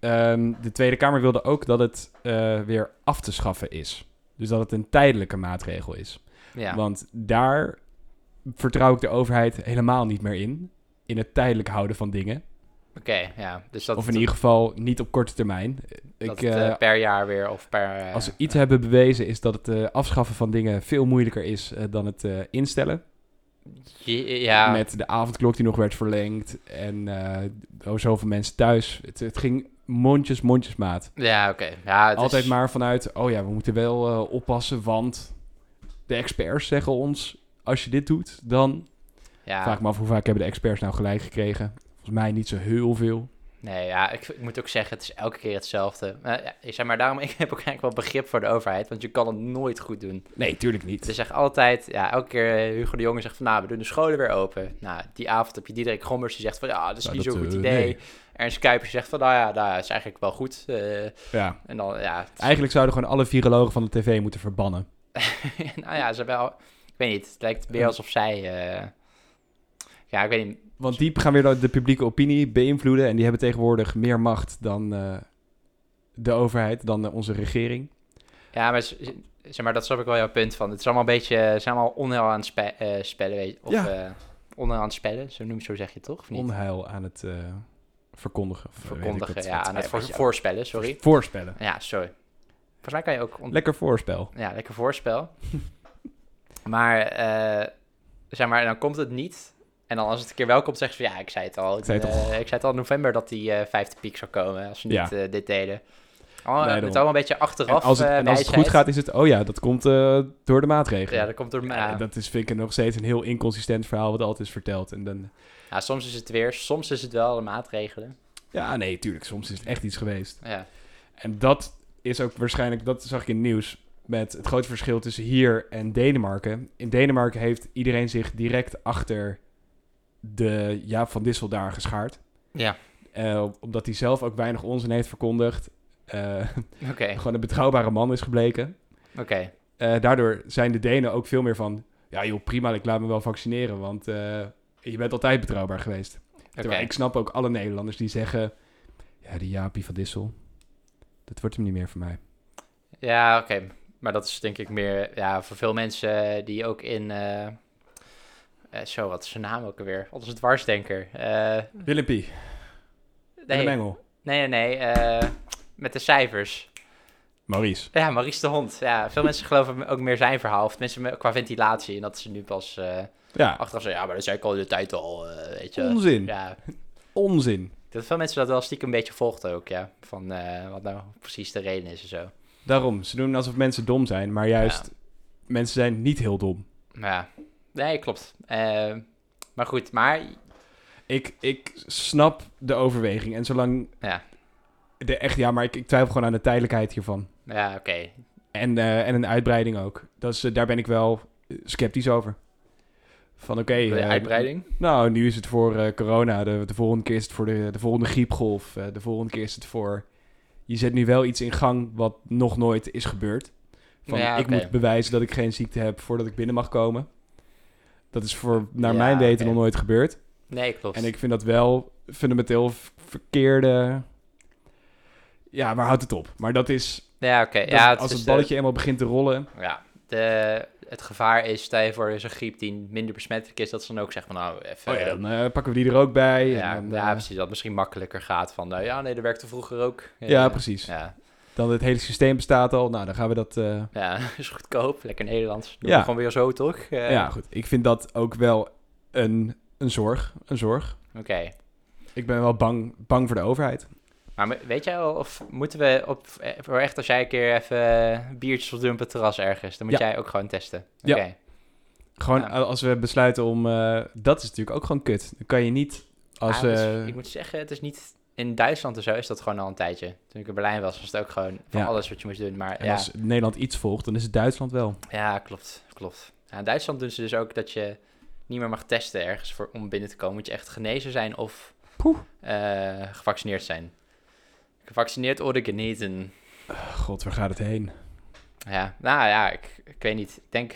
Speaker 2: Ehm, de Tweede Kamer wilde ook dat het eh, weer af te schaffen is. Dus dat het een tijdelijke maatregel is.
Speaker 1: Ja.
Speaker 2: Want daar vertrouw ik de overheid helemaal niet meer in. In het tijdelijk houden van dingen.
Speaker 1: Oké, ja. Dus dat,
Speaker 2: of in ieder geval niet op korte termijn.
Speaker 1: dat
Speaker 2: Ik,
Speaker 1: het, eh,
Speaker 2: eh,
Speaker 1: per jaar weer of per... eh,
Speaker 2: als we iets hebben bewezen is dat het eh, afschaffen van dingen veel moeilijker is eh, dan het eh, instellen.
Speaker 1: je- ja,
Speaker 2: Met de avondklok die nog werd verlengd en eh oh, zoveel mensen thuis. Het, het ging mondjes, mondjesmaat.
Speaker 1: ja oké. Ja, het
Speaker 2: Altijd
Speaker 1: is-
Speaker 2: maar vanuit, oh ja, we moeten wel eh, oppassen, want de experts zeggen ons, als je dit doet, dan...
Speaker 1: Ja,
Speaker 2: Vraag me af hoe vaak hebben de experts nou gelijk gekregen. Volgens mij niet zo heel veel.
Speaker 1: Nee, ja, ik, ik moet ook zeggen, het is elke keer hetzelfde. Maar, ja, ik zeg maar, daarom ik heb ook eigenlijk wel begrip voor de overheid, want je kan het nooit goed doen.
Speaker 2: Nee, tuurlijk niet.
Speaker 1: Het is echt altijd, ja, elke keer eh, Hugo de Jonge zegt van, nou, we doen de scholen weer open. Nou, die avond heb je Diederik Gommers, die zegt van, ja, dat is
Speaker 2: Ja,
Speaker 1: niet
Speaker 2: dat,
Speaker 1: zo'n goed
Speaker 2: eh,
Speaker 1: idee.
Speaker 2: nee.
Speaker 1: Ernst Kuipers zegt van, nou ja, nou, ja, het is eigenlijk wel goed. eh,
Speaker 2: Ja.
Speaker 1: en dan, ja, het is-
Speaker 2: Eigenlijk zouden gewoon alle virologen van de tv moeten verbannen.
Speaker 1: nou ja, ze wel, ik weet niet, het lijkt meer
Speaker 2: Ja.
Speaker 1: alsof zij, eh, ja, ik weet niet,
Speaker 2: Want die gaan weer de- de publieke opinie beïnvloeden. En die hebben tegenwoordig meer macht dan eh, de overheid, dan eh, onze regering.
Speaker 1: Ja, maar z- z- zeg maar, dat snap ik wel jouw punt van. Het is allemaal een beetje, eh, zijn allemaal onheil aan het spe- eh, spellen, weet Of
Speaker 2: Ja.
Speaker 1: eh, onheil aan het spellen, zo, noem, zo zeg je het toch? Of niet?
Speaker 2: Onheil aan het eh, verkondigen. Of, eh, weet ik
Speaker 1: Verkondigen,
Speaker 2: wat-
Speaker 1: ja,
Speaker 2: wat-
Speaker 1: aan het
Speaker 2: wat-
Speaker 1: voor- voorspellen, sorry.
Speaker 2: Voorspellen.
Speaker 1: Ja, sorry. Volgens mij kan je ook... on-
Speaker 2: Lekker voorspel.
Speaker 1: ja, lekker voorspel. maar, eh, zeg maar, dan komt het niet. En dan als het een keer wel komt, zeggen ze van... Ja, ik zei het al.
Speaker 2: Ik zei het al.
Speaker 1: eh, ik zei het al in november dat die eh, vijfde piek zou komen, als ze
Speaker 2: Ja.
Speaker 1: niet eh, dit deden. Al, het
Speaker 2: daarom.
Speaker 1: allemaal een beetje
Speaker 2: En
Speaker 1: achteraf
Speaker 2: als het,
Speaker 1: eh,
Speaker 2: en als het goed
Speaker 1: wijsheid.
Speaker 2: gaat, is het, oh ja, dat komt eh, door de maatregelen.
Speaker 1: Ja, dat komt door... eh,
Speaker 2: Ja,
Speaker 1: ja.
Speaker 2: dat is, vind ik nog steeds een heel inconsistent verhaal wat altijd is verteld. En dan,
Speaker 1: Ja, soms is het weer, soms is het wel de maatregelen.
Speaker 2: ja, nee, tuurlijk, soms is het echt iets geweest.
Speaker 1: Ja,
Speaker 2: En dat is ook waarschijnlijk, dat zag ik in het nieuws, met het grote verschil tussen hier en Denemarken. In Denemarken heeft iedereen zich direct achter de Jaap van Dissel daar geschaard.
Speaker 1: ja.
Speaker 2: Eh, omdat hij zelf ook weinig onzin heeft verkondigd. Eh,
Speaker 1: oké,
Speaker 2: gewoon een betrouwbare man is gebleken.
Speaker 1: oké.
Speaker 2: Eh, daardoor zijn de Denen ook veel meer van... Ja joh, prima, ik laat me wel vaccineren, want eh, je bent altijd betrouwbaar geweest.
Speaker 1: oké.
Speaker 2: Terwijl ik snap ook alle Nederlanders die zeggen... Ja, die Jaapie van Dissel, dat wordt hem niet meer voor mij.
Speaker 1: Ja, oké. Maar dat is denk ik meer ja, voor veel mensen die ook in... eh, eh, zo, wat is zijn naam ook alweer? Wat is het dwarsdenker? Eh,
Speaker 2: Willempie,
Speaker 1: nee,
Speaker 2: Willem
Speaker 1: nee,
Speaker 2: Engel,
Speaker 1: nee, nee. eh, met de cijfers.
Speaker 2: Maurice.
Speaker 1: Ja, Maurice de Hond. Ja, veel mensen geloven ook meer zijn verhaal. Of tenminste me- qua ventilatie. En dat ze nu pas eh
Speaker 2: Ja,
Speaker 1: achteraf zeggen... Ja, maar dat zei ik al de tijd al, eh, weet je.
Speaker 2: onzin,
Speaker 1: Ja,
Speaker 2: onzin.
Speaker 1: Ik denk Dat veel mensen dat wel stiekem een beetje volgt ook, ja. Van eh, wat nou precies de reden is en zo.
Speaker 2: Daarom, ze doen alsof mensen dom zijn, maar juist... Mensen zijn niet heel dom.
Speaker 1: Maar ja, nee, klopt. Eh, maar goed, maar
Speaker 2: Ik, ik snap de overweging en zolang...
Speaker 1: Ja.
Speaker 2: De, echt, ja, maar ik, ik twijfel gewoon aan de tijdelijkheid hiervan.
Speaker 1: ja, oké.
Speaker 2: En, eh, en een uitbreiding ook. Dat is, eh, daar ben ik wel eh, sceptisch over. Van oké.
Speaker 1: De
Speaker 2: eh,
Speaker 1: uitbreiding.
Speaker 2: nou, nu is het voor eh, corona. De, de volgende keer is het voor de, de volgende griepgolf. eh, de volgende keer is het voor. Je zet nu wel iets in gang wat nog nooit is gebeurd. Van
Speaker 1: Ja,
Speaker 2: ik
Speaker 1: oké.
Speaker 2: moet bewijzen dat ik geen ziekte heb voordat ik binnen mag komen. Dat is voor, naar
Speaker 1: Ja,
Speaker 2: mijn weten,
Speaker 1: oké.
Speaker 2: nog nooit gebeurd.
Speaker 1: Nee, klopt.
Speaker 2: En ik vind dat wel fundamenteel v- verkeerde. Ja, waar houdt het op? Maar dat is.
Speaker 1: ja, oké.
Speaker 2: dat-
Speaker 1: Ja, het
Speaker 2: als
Speaker 1: is eh,
Speaker 2: het
Speaker 1: de-
Speaker 2: balletje eenmaal begint te rollen.
Speaker 1: ja, de, het gevaar is, stel je voor, er is een griep die minder besmettelijk is, dat ze dan ook zeggen van nou, even...
Speaker 2: Oh ja,
Speaker 1: eh,
Speaker 2: dan eh, pakken we die er ook bij.
Speaker 1: ja,
Speaker 2: en dan,
Speaker 1: ja,
Speaker 2: eh,
Speaker 1: precies. Dat het misschien makkelijker gaat van, nou ja, nee, dat werkte vroeger ook. Eh,
Speaker 2: ja, precies.
Speaker 1: Ja,
Speaker 2: Dan het hele systeem bestaat al. Nou, dan gaan we dat... eh,
Speaker 1: ja, is goedkoop. Lekker Nederlands. Doen
Speaker 2: Ja.
Speaker 1: we gewoon weer zo, toch? Eh,
Speaker 2: ja, goed. Ik vind dat ook wel een, een zorg. Een zorg.
Speaker 1: Oké.
Speaker 2: Ik ben wel bang, bang voor de overheid.
Speaker 1: Maar me- weet jij wel, of moeten we op, eh, voor echt als jij een keer even eh, biertjes wil doen op het terras ergens, dan moet jij ook gewoon testen. Oké.
Speaker 2: Ja. Gewoon eh,
Speaker 1: Ja.
Speaker 2: als we besluiten om... eh, dat is natuurlijk ook gewoon kut. Dan kan je niet als...
Speaker 1: Ah, het is-
Speaker 2: eh,
Speaker 1: ik moet zeggen, het is niet in Duitsland en zo is dat gewoon al een tijdje. Toen ik in Berlijn was, was het ook gewoon van
Speaker 2: Ja.
Speaker 1: alles wat je moest doen. Maar
Speaker 2: en
Speaker 1: ja,
Speaker 2: als Nederland iets volgt, dan is het Duitsland wel.
Speaker 1: ja, klopt, klopt. Ja, in Duitsland doen ze dus ook dat je niet meer mag testen ergens voor, om binnen te komen. Moet je echt genezen zijn of
Speaker 2: Poeh.
Speaker 1: eh, gevaccineerd zijn. Gevaccineerd worden geneten.
Speaker 2: God, waar gaat het heen?
Speaker 1: Ja, nou ja, ik, ik weet niet. Ik denk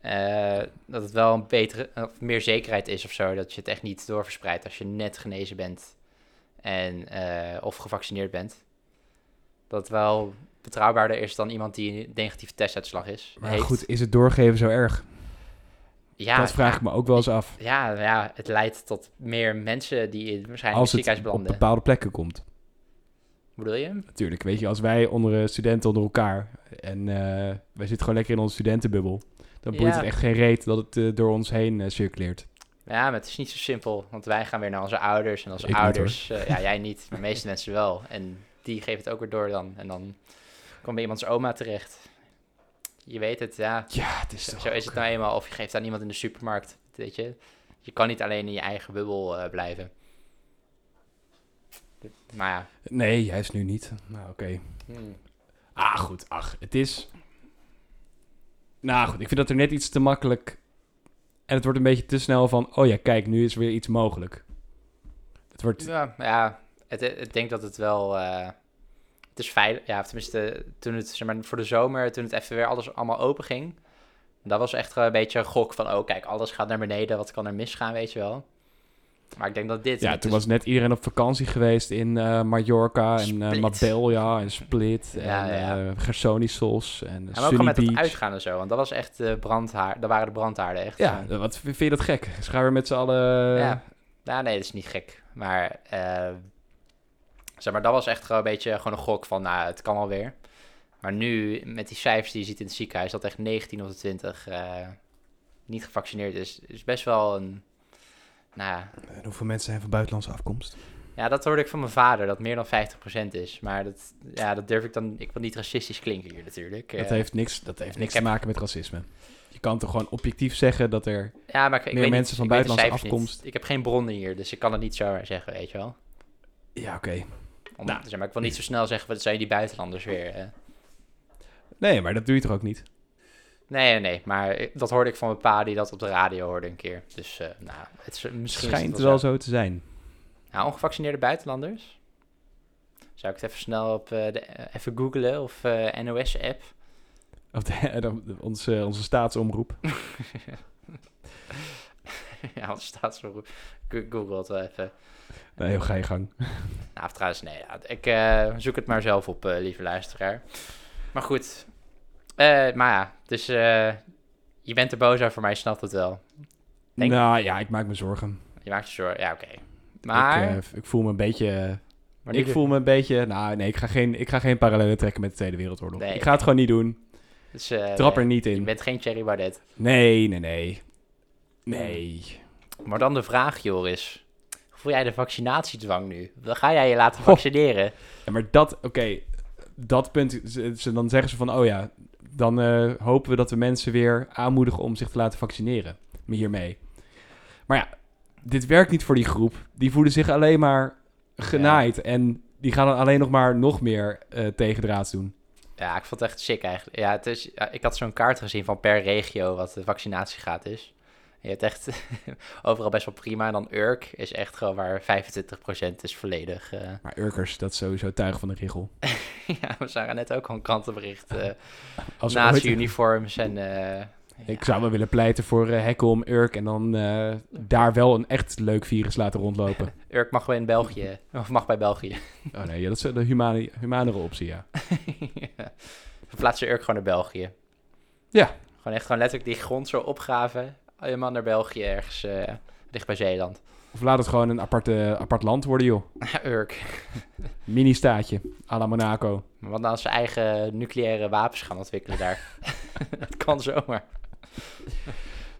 Speaker 1: eh, dat het wel een betere, of meer zekerheid is of zo. Dat je het echt niet doorverspreidt als je net genezen bent en, eh, of gevaccineerd bent. Dat het wel betrouwbaarder is dan iemand die een negatieve testuitslag is.
Speaker 2: Maar
Speaker 1: heeft.
Speaker 2: goed, is het doorgeven zo erg?
Speaker 1: ja,
Speaker 2: dat vraag ik me ook wel eens af.
Speaker 1: ja, ja, het leidt tot meer mensen die in waarschijnlijk
Speaker 2: Als
Speaker 1: het ziekenhuis
Speaker 2: het op
Speaker 1: belanden.
Speaker 2: bepaalde plekken komt.
Speaker 1: Hoe bedoel je?
Speaker 2: Natuurlijk, weet je, als wij onder eh, studenten onder elkaar en eh, wij zitten gewoon lekker in onze studentenbubbel, dan boeit
Speaker 1: Ja.
Speaker 2: het echt geen reet dat het eh, door ons heen eh, circuleert.
Speaker 1: Ja, maar het is niet zo simpel, want wij gaan weer naar onze ouders en onze
Speaker 2: Ik niet,
Speaker 1: ouders, eh, ja jij niet, maar de meeste mensen wel. En die geven het ook weer door dan. En dan komt bij iemands oma terecht. Je weet het, ja.
Speaker 2: Ja, het is
Speaker 1: Zo,
Speaker 2: toch
Speaker 1: zo is
Speaker 2: ook- eh?
Speaker 1: het nou eenmaal. Of je geeft aan iemand in de supermarkt, weet je. Je kan niet alleen in je eigen bubbel eh, blijven. Maar ja.
Speaker 2: Nee, juist nu niet. Nou, oké.
Speaker 1: hmm.
Speaker 2: Ah, goed. Ach, het is... Nou, goed. Ik vind dat er net iets te makkelijk... En het wordt een beetje te snel van... Oh ja, kijk, nu is weer iets mogelijk. Het wordt...
Speaker 1: Ja, ja het, het- ik denk dat het wel... eh, het is veilig. Ja, tenminste, toen het zeg maar, voor de zomer, toen het even weer alles allemaal open ging. Dat was echt eh, een beetje een gok van, oh kijk, alles gaat naar beneden. Wat kan er misgaan, weet je wel. Maar ik denk dat dit...
Speaker 2: Ja,
Speaker 1: het
Speaker 2: toen
Speaker 1: is-
Speaker 2: was net iedereen op vakantie geweest in eh, Mallorca en eh
Speaker 1: Split.
Speaker 2: Marbella en Split
Speaker 1: Ja,
Speaker 2: en
Speaker 1: ja.
Speaker 2: eh Gersonisos en
Speaker 1: En ook
Speaker 2: Sunny
Speaker 1: al met het
Speaker 2: Beach.
Speaker 1: uitgaan en zo. Want dat was echt eh, brandhaar. Dat waren de brandhaarden echt.
Speaker 2: Ja, wat v- vind je dat gek? Dus gaan we met z'n allen...
Speaker 1: Ja. Nou, nee, dat is niet gek. Maar, eh, zeg maar, dat was echt gewoon een beetje gewoon een gok van, nou, het kan alweer. Maar nu, met die cijfers die je ziet in het ziekenhuis, dat echt 19 op de 20 eh, niet gevaccineerd is, is best wel een... Nou ja,
Speaker 2: En hoeveel mensen zijn van buitenlandse afkomst?
Speaker 1: ja, dat hoorde ik van mijn vader, dat meer dan 50% is. Maar dat, ja, dat durf ik dan... Ik wil niet racistisch klinken hier natuurlijk.
Speaker 2: Dat
Speaker 1: eh.
Speaker 2: heeft niks, dat heeft
Speaker 1: Ik
Speaker 2: niks
Speaker 1: heb-
Speaker 2: te maken met racisme. Je kan toch gewoon objectief zeggen dat er...
Speaker 1: ja, maar ik, ik
Speaker 2: meer
Speaker 1: weet
Speaker 2: mensen
Speaker 1: niet,
Speaker 2: van
Speaker 1: ik weet de
Speaker 2: buitenlandse
Speaker 1: cijfers niet.
Speaker 2: afkomst.
Speaker 1: Ik heb geen bronnen hier, dus ik kan het niet zomaar zeggen, weet je wel.
Speaker 2: Ja, oké.
Speaker 1: Om,
Speaker 2: Nou.
Speaker 1: zeg maar, ik wil niet zo snel zeggen, wat zijn die buitenlanders weer... eh.
Speaker 2: Nee, maar dat doe je toch ook niet?
Speaker 1: Nee, nee, nee, maar ik- dat hoorde ik van mijn pa die dat op de radio hoorde een keer. Dus eh, nou, het is, misschien is het
Speaker 2: Schijnt wel
Speaker 1: zo.
Speaker 2: zo te zijn.
Speaker 1: Nou, ongevaccineerde buitenlanders. Zou ik het even snel op eh, de, eh, even googlen of eh, NOS-app?
Speaker 2: Of de- eh, de- onze, onze staatsomroep.
Speaker 1: ja, want er staat zo Go- Google het wel even.
Speaker 2: Nee, joh, ga je gang.
Speaker 1: Nou, of trouwens, nee, ja, ik eh, zoek het maar zelf op, eh, lieve luisteraar. Maar goed, Eh, maar ja, dus eh, je bent er boos over, maar je snapt het wel. Denk-
Speaker 2: Nou ja, ik maak me zorgen.
Speaker 1: Je maakt je zorgen, ja, oké. Maar,
Speaker 2: Ik, eh, ik voel me een beetje... eh,
Speaker 1: maar nu-
Speaker 2: ik voel me een beetje... Nou, nee, ik ga geen, ik ga geen parallellen trekken met de Tweede Wereldoorlog.
Speaker 1: Nee.
Speaker 2: ik ga het gewoon niet doen.
Speaker 1: dus, eh,
Speaker 2: Trap
Speaker 1: nee,
Speaker 2: er niet
Speaker 1: Je
Speaker 2: in.
Speaker 1: bent geen Cherry Baudet.
Speaker 2: Nee, nee, nee. Nee.
Speaker 1: Maar dan de vraag, Joris. Voel jij de vaccinatiedwang nu? Dan ga jij je
Speaker 2: Oh.
Speaker 1: laten vaccineren.
Speaker 2: Ja, maar dat... Oké, dat punt... ze- ze- Dan zeggen ze van... Oh ja, dan eh, hopen we dat we mensen weer aanmoedigen om zich te laten vaccineren. Me Hiermee. Maar ja, dit werkt niet voor die groep. Die voelen zich alleen maar genaaid. En die gaan dan alleen nog maar nog meer eh tegendraads doen.
Speaker 1: Ja, ik vond het echt sick eigenlijk. Ja, het is, ja, ik had zo'n kaart gezien van per regio wat de vaccinatiegraad is. En je hebt echt overal best wel prima. En dan Urk is echt gewoon waar 25% is volledig. eh.
Speaker 2: Maar Urkers, dat is sowieso tuig van de rigel.
Speaker 1: ja, we zagen net ook al een krantenbericht. eh
Speaker 2: Als we ooit-
Speaker 1: Nazi-uniforms en... eh,
Speaker 2: Ik
Speaker 1: ja.
Speaker 2: zou wel willen pleiten voor eh hekken om Urk en dan eh, daar wel een echt leuk virus laten rondlopen.
Speaker 1: Urk mag wel in België. Of mag bij België.
Speaker 2: Oh nee, ja, dat is de humane, humanere optie, ja.
Speaker 1: ja. Verplaats je Urk gewoon naar België.
Speaker 2: Ja.
Speaker 1: Gewoon echt gewoon letterlijk die grond zo opgraven. Helemaal naar België, ergens eh, dicht bij Zeeland.
Speaker 2: Of laat het gewoon een aparte, apart land worden, joh.
Speaker 1: Urk.
Speaker 2: Mini-staatje, à la Monaco.
Speaker 1: Maar wat nou als ze eigen nucleaire wapens gaan ontwikkelen daar? dat kan zomaar.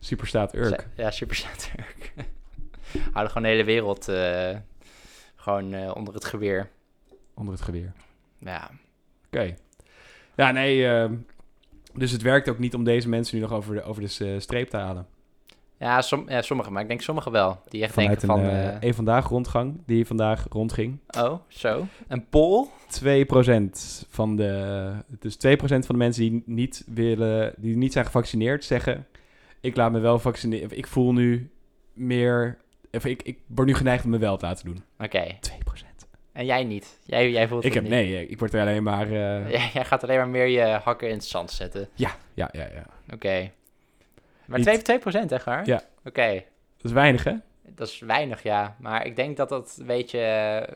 Speaker 2: Superstaat Urk.
Speaker 1: Ze- Ja, superstaat Urk. Houden gewoon de hele wereld eh, gewoon eh, onder het geweer.
Speaker 2: Onder het geweer.
Speaker 1: Ja.
Speaker 2: Oké. Ja, nee, ehm, dus het werkt ook niet om deze mensen nu nog over de, over de s- eh, streep te halen.
Speaker 1: Ja, som, ja, sommigen, maar ik denk sommigen wel. Die echt
Speaker 2: Vanuit
Speaker 1: denken
Speaker 2: een,
Speaker 1: van,
Speaker 2: eh, een vandaag rondgang, die vandaag rondging.
Speaker 1: eh, oh, zo. Een pol?
Speaker 2: 2% van de, dus 2% van de mensen die niet willen, die niet zijn gevaccineerd, zeggen: ik laat me wel vaccineren. Ik voel nu meer, of ik, ik word nu geneigd om me wel te laten doen.
Speaker 1: Oké.
Speaker 2: 2%.
Speaker 1: En jij niet? Jij, jij voelt
Speaker 2: Ik
Speaker 1: het
Speaker 2: heb
Speaker 1: niet?
Speaker 2: nee, ik word er alleen maar. eh,
Speaker 1: Ja, jij gaat alleen maar meer je hakken in het zand zetten.
Speaker 2: ja, ja, ja, ja.
Speaker 1: Oké. Maar
Speaker 2: Niet-
Speaker 1: 2, 2 echt waar?
Speaker 2: Ja.
Speaker 1: Oké,
Speaker 2: Dat is weinig, hè?
Speaker 1: dat is weinig, ja. Maar ik denk dat dat een beetje eh,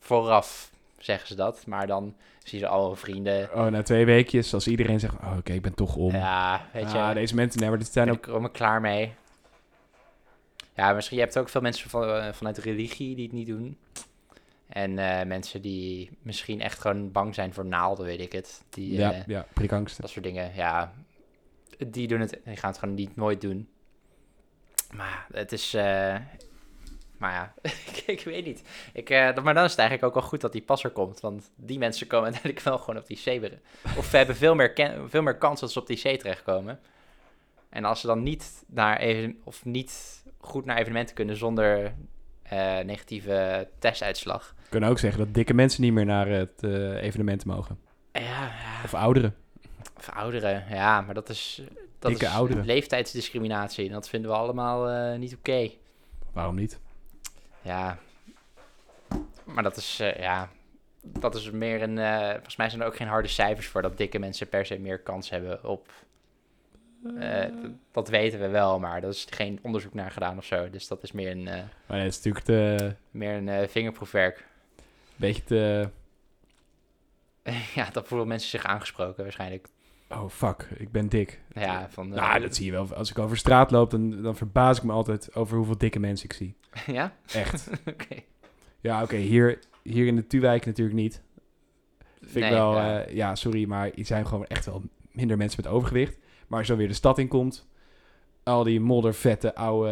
Speaker 1: vooraf, zeggen ze dat. Maar dan zien ze al hun vrienden.
Speaker 2: Oh, na twee weekjes, als iedereen zegt: oh, oké, ik ben toch om.
Speaker 1: Ja, weet je.
Speaker 2: Ah, deze mensen, nee, maar dit zijn
Speaker 1: ben
Speaker 2: ook.
Speaker 1: ik er allemaal klaar mee. Ja, misschien je hebt ook veel mensen van, eh, vanuit religie die het niet doen. En eh, mensen die misschien echt gewoon bang zijn voor naalden, weet ik het. Die, eh,
Speaker 2: Ja, ja, prikangst.
Speaker 1: Dat soort dingen, ja. Die doen het, die gaan het gewoon niet nooit doen. Maar het is, eh, maar ja, ik, ik weet niet. Ik, eh, dan- maar dan is het eigenlijk ook wel goed dat die passer komt, want die mensen komen uiteindelijk wel gewoon op die C weer. Of we hebben veel meer, ken- veel meer kans dat ze op die C terechtkomen. En als ze dan niet, naar even, of niet goed naar evenementen kunnen zonder eh, negatieve testuitslag.
Speaker 2: We kunnen ook zeggen dat dikke mensen niet meer naar het eh, evenement mogen.
Speaker 1: Ja, ja,
Speaker 2: Of ouderen.
Speaker 1: of ouderen. Ja, maar dat is, dat
Speaker 2: Dikke
Speaker 1: is
Speaker 2: ouderen.
Speaker 1: leeftijdsdiscriminatie. En dat vinden we allemaal eh, niet oké.
Speaker 2: Waarom niet?
Speaker 1: Ja. Maar dat is, eh, ja... Dat is meer een... eh, volgens mij zijn er ook geen harde cijfers voor... dat dikke mensen per se meer kans hebben op... eh, dat- dat weten we wel, maar daar is geen onderzoek naar gedaan of zo. Dus dat is meer een, eh,
Speaker 2: Maar nee, het is natuurlijk te,
Speaker 1: meer een eh, vingerproefwerk.
Speaker 2: beetje te...
Speaker 1: ja, dat voelen mensen zich aangesproken waarschijnlijk.
Speaker 2: Oh, fuck. Ik ben dik.
Speaker 1: Ja, van... eh,
Speaker 2: Nou, dat zie je wel. Als ik over straat loop, dan, dan verbaas ik me altijd over hoeveel dikke mensen ik zie.
Speaker 1: ja?
Speaker 2: Echt.
Speaker 1: Oké.
Speaker 2: ja, oké. hier, hier in de Tuwijk natuurlijk niet. Vind
Speaker 1: Nee,
Speaker 2: ik wel...
Speaker 1: ja.
Speaker 2: Ja. ja, sorry, maar er zijn gewoon echt wel minder mensen met overgewicht. Maar als je dan weer de stad in komt... Al die moddervette, oude,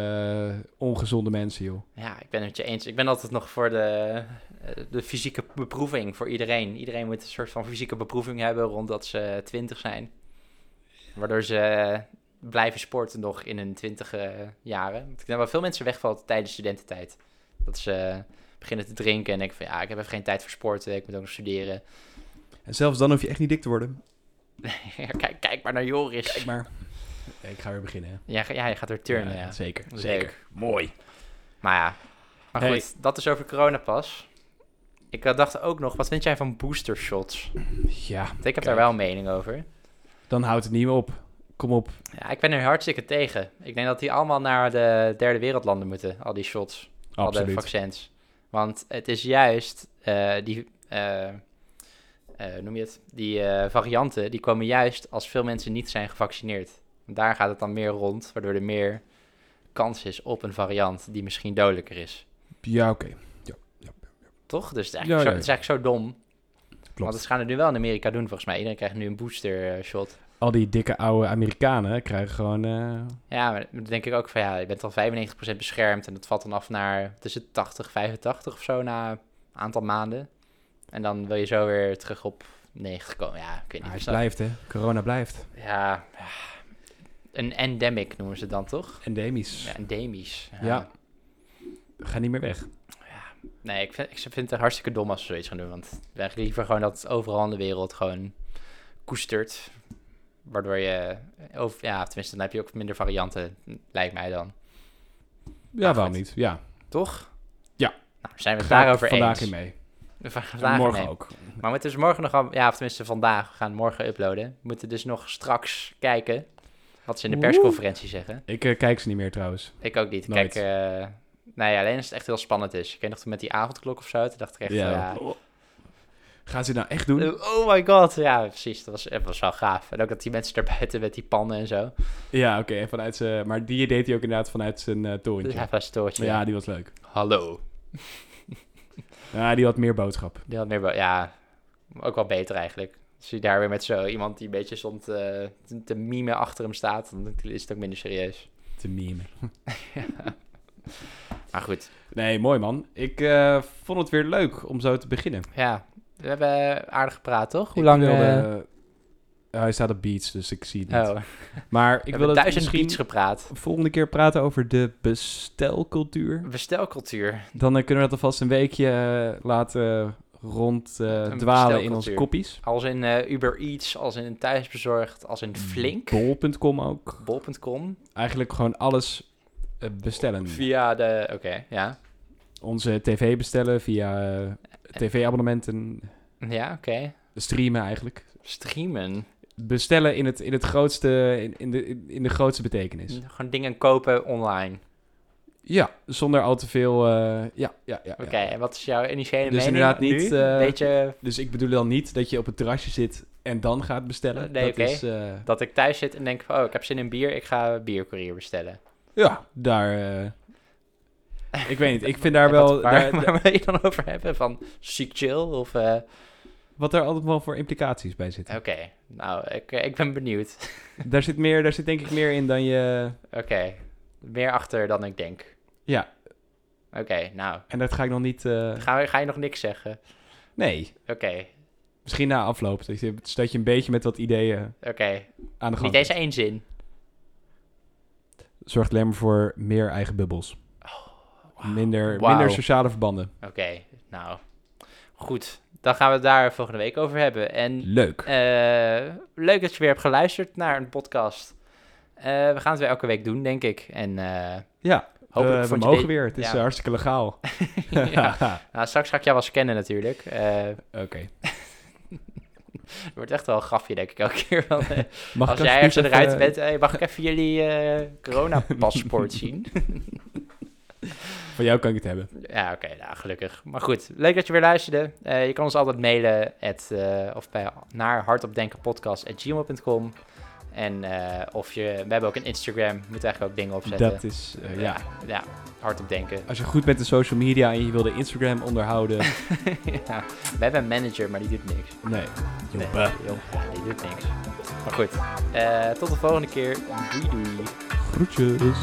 Speaker 2: eh, ongezonde mensen, joh.
Speaker 1: Ja, ik ben het met je eens. Ik ben altijd nog voor de, eh, de fysieke beproeving voor iedereen. Iedereen moet een soort van fysieke beproeving hebben ronddat ze twintig zijn. Waardoor ze eh, blijven sporten nog in hun twintig jaren. Want ik denk dat veel mensen wegvalt tijdens studententijd. Dat ze eh, beginnen te drinken en denken van ja, ik heb even geen tijd voor sporten. Ik moet ook nog studeren.
Speaker 2: En zelfs dan hoef je echt niet dik te worden.
Speaker 1: kijk, kijk maar naar Joris.
Speaker 2: Kijk maar. Ik ga weer beginnen, hè.
Speaker 1: Ja, ga- ja, je gaat weer turnen. Ja,
Speaker 2: Zeker.
Speaker 1: Leuk.
Speaker 2: Mooi.
Speaker 1: Maar ja, maar
Speaker 2: Hey.
Speaker 1: goed, dat is over coronapas. Ik eh, dacht ook nog, wat vind jij van booster shots?
Speaker 2: Ja,
Speaker 1: Want Ik heb
Speaker 2: Kijk.
Speaker 1: daar wel een mening over.
Speaker 2: dan houdt het niet meer op. Kom op.
Speaker 1: Ja, ik ben er hartstikke tegen. Ik denk dat die allemaal naar de derde wereldlanden moeten, al die shots, al de
Speaker 2: Absoluut.
Speaker 1: vaccins. Want het is juist eh, die, eh, eh, noem je het, die eh, varianten, die komen juist als veel mensen niet zijn gevaccineerd. Want daar gaat het dan meer rond, waardoor er meer kans is op een variant die misschien dodelijker is.
Speaker 2: Ja, oké.
Speaker 1: Toch? Dus het is eigenlijk,
Speaker 2: Ja,
Speaker 1: zo,
Speaker 2: ja,
Speaker 1: het is eigenlijk zo dom. Want
Speaker 2: Klopt.
Speaker 1: dat gaan er nu wel in Amerika doen, volgens mij. Iedereen krijgt nu een booster eh, shot.
Speaker 2: Al die dikke oude Amerikanen krijgen gewoon... eh,
Speaker 1: Ja, maar dan denk ik ook van ja, je bent al 95% beschermd en dat valt dan af naar tussen 80, 85 of zo na een aantal maanden. En dan wil je zo weer terug op 90 komen. Ja, ik weet niet.
Speaker 2: ah,
Speaker 1: of
Speaker 2: het
Speaker 1: dat-
Speaker 2: blijft, hè. Corona blijft.
Speaker 1: Ja, ja. een endemic noemen ze het dan toch?
Speaker 2: Endemisch.
Speaker 1: Ja, endemisch.
Speaker 2: Ja. Ga niet meer weg.
Speaker 1: Nee, ik vind, ik vind het echt hartstikke dom als ze zoiets gaan doen. Want ik liever gewoon dat het overal in de wereld gewoon koestert. Waardoor je, over, ja, tenminste dan heb je ook minder varianten, lijkt mij dan.
Speaker 2: Ja, waarom
Speaker 1: goed.
Speaker 2: niet? Ja.
Speaker 1: Toch?
Speaker 2: Ja.
Speaker 1: Nou, zijn we het
Speaker 2: Ga ik
Speaker 1: daarover
Speaker 2: vandaag
Speaker 1: eens?
Speaker 2: in mee.
Speaker 1: We gaan
Speaker 2: En
Speaker 1: vandaag
Speaker 2: morgen
Speaker 1: mee.
Speaker 2: ook.
Speaker 1: Maar we moeten dus morgen nog... al- Ja, of tenminste vandaag. We gaan morgen uploaden. We moeten dus nog straks kijken wat ze in de
Speaker 2: Oeh.
Speaker 1: persconferentie zeggen.
Speaker 2: Ik eh, kijk ze niet meer trouwens.
Speaker 1: Ik ook niet.
Speaker 2: Nooit.
Speaker 1: Kijk, eh nou ja, alleen als het echt heel spannend is. Ik weet nog toen met die avondklok of zo. Toen dacht ik echt,
Speaker 2: Ja.
Speaker 1: ja.
Speaker 2: Gaan ze het nou echt doen?
Speaker 1: oh my god. Ja, precies. Dat was, dat was wel gaaf. En ook dat die mensen daarbuiten met die pannen en zo.
Speaker 2: Ja, oké. vanuit ze. Maar die deed hij ook inderdaad vanuit zijn eh
Speaker 1: Dus
Speaker 2: torentje.
Speaker 1: hij was toortje.
Speaker 2: Ja, die was leuk.
Speaker 1: Hallo.
Speaker 2: Ja, die had meer boodschap.
Speaker 1: Die had meer... bo- Ja, ook wel beter eigenlijk. Als je daar weer met zo iemand die een beetje stond eh, te- te mimen achter hem staat, dan is het ook minder serieus.
Speaker 2: Te meme.
Speaker 1: Maar goed,
Speaker 2: Nee, mooi man. Ik eh, vond het weer leuk om zo te beginnen.
Speaker 1: ja. We hebben aardig gepraat, toch? Hoe
Speaker 2: Ik
Speaker 1: lang?
Speaker 2: wilde-
Speaker 1: eh,
Speaker 2: Ja, hij staat op beats, dus ik zie het niet.
Speaker 1: oh,
Speaker 2: Maar
Speaker 1: we
Speaker 2: ik
Speaker 1: hebben
Speaker 2: wil het
Speaker 1: duizend
Speaker 2: misschien
Speaker 1: beats gepraat.
Speaker 2: volgende keer praten over de bestelcultuur.
Speaker 1: Bestelcultuur.
Speaker 2: Dan eh, kunnen we dat alvast een weekje eh, laten
Speaker 1: Een
Speaker 2: ronddwalen in onze
Speaker 1: bestelcultuur.
Speaker 2: koppies.
Speaker 1: Als in eh, Uber Eats, als in thuisbezorgd, als
Speaker 2: Mm,
Speaker 1: in Flink.
Speaker 2: Bol.com ook. Mm.
Speaker 1: Bol.com.
Speaker 2: Eigenlijk gewoon alles eh, bestellen.
Speaker 1: Via de... Oké, ja.
Speaker 2: Onze tv bestellen via eh, tv-abonnementen.
Speaker 1: Ja, oké.
Speaker 2: Streamen eigenlijk.
Speaker 1: Streamen.
Speaker 2: Bestellen in, het, in, het grootste, in, in, de, in de grootste betekenis.
Speaker 1: Gewoon dingen kopen online.
Speaker 2: Ja, zonder al te veel... eh, ja, ja, ja.
Speaker 1: Oké,
Speaker 2: ja.
Speaker 1: en wat is jouw initiële mening
Speaker 2: Dus inderdaad
Speaker 1: nu?
Speaker 2: niet, eh,
Speaker 1: Beetje
Speaker 2: Dus ik bedoel dan niet dat je op het terrasje zit en dan gaat bestellen.
Speaker 1: Nee,
Speaker 2: dat
Speaker 1: oké.
Speaker 2: is, eh,
Speaker 1: dat ik thuis zit en denk van... Oh, ik heb zin in bier, ik ga biercourier bestellen.
Speaker 2: ja, daar... eh, ik weet niet, ik vind daar
Speaker 1: En wat-
Speaker 2: wel...
Speaker 1: Waar,
Speaker 2: daar-
Speaker 1: waar,
Speaker 2: daar-
Speaker 1: wil je het dan over hebben? Van ziek chill of... eh,
Speaker 2: wat daar altijd wel voor implicaties bij zitten.
Speaker 1: Oké, nou, ik, ik ben benieuwd.
Speaker 2: Daar, zit meer, daar zit denk ik meer in dan je...
Speaker 1: Oké, meer achter dan ik denk.
Speaker 2: Ja.
Speaker 1: Oké, nou,
Speaker 2: En dat ga ik nog niet... eh,
Speaker 1: ga, ga je nog niks zeggen?
Speaker 2: nee,
Speaker 1: Oké,
Speaker 2: misschien na afloop. Dat je, dat je een beetje met wat ideeën
Speaker 1: oké.
Speaker 2: aan de gang
Speaker 1: Niet
Speaker 2: bent.
Speaker 1: deze één zin.
Speaker 2: Zorgt alleen maar voor meer eigen bubbels. Minder,
Speaker 1: Wauw.
Speaker 2: minder sociale verbanden.
Speaker 1: Oké, nou goed. Dan gaan we het daar volgende week over hebben. En
Speaker 2: Leuk.
Speaker 1: eh, leuk dat je weer hebt geluisterd naar een podcast. Eh, we gaan het weer elke week doen, denk ik. En eh
Speaker 2: Ja,
Speaker 1: hopelijk
Speaker 2: eh, we
Speaker 1: vond je
Speaker 2: mogen
Speaker 1: dit-
Speaker 2: weer. Het is
Speaker 1: Ja.
Speaker 2: eh, hartstikke legaal.
Speaker 1: Ja. Nou, straks ga ik jou wel scannen natuurlijk. Eh,
Speaker 2: Oké.
Speaker 1: het wordt echt wel een grafje, denk ik, elke keer. Van, eh,
Speaker 2: Mag
Speaker 1: als
Speaker 2: ik
Speaker 1: jij ergens
Speaker 2: alsjeblieft
Speaker 1: eruit
Speaker 2: even- eh,
Speaker 1: bent, hey, mag ik even jullie eh, coronapaspoort zien?
Speaker 2: eh, Van jou kan ik het hebben.
Speaker 1: Ja, oké, nou, gelukkig. Maar goed, leuk dat je weer luisterde. Eh, je kan ons altijd mailen at, eh, of bij, naar hardopdenkenpodcast.gmail.com. En eh, of je, we hebben ook een Instagram, je moet eigenlijk ook dingen opzetten.
Speaker 2: Dat is, eh, ja.
Speaker 1: Ja, hardopdenken.
Speaker 2: Als je goed bent in social media en je wil de Instagram onderhouden.
Speaker 1: ja. We hebben een manager, maar die doet niks.
Speaker 2: nee.
Speaker 1: Nee,
Speaker 2: Joppe.
Speaker 1: joh, ja, die doet niks. Maar goed, eh, tot de volgende keer. Doei doei.
Speaker 2: Groetjes.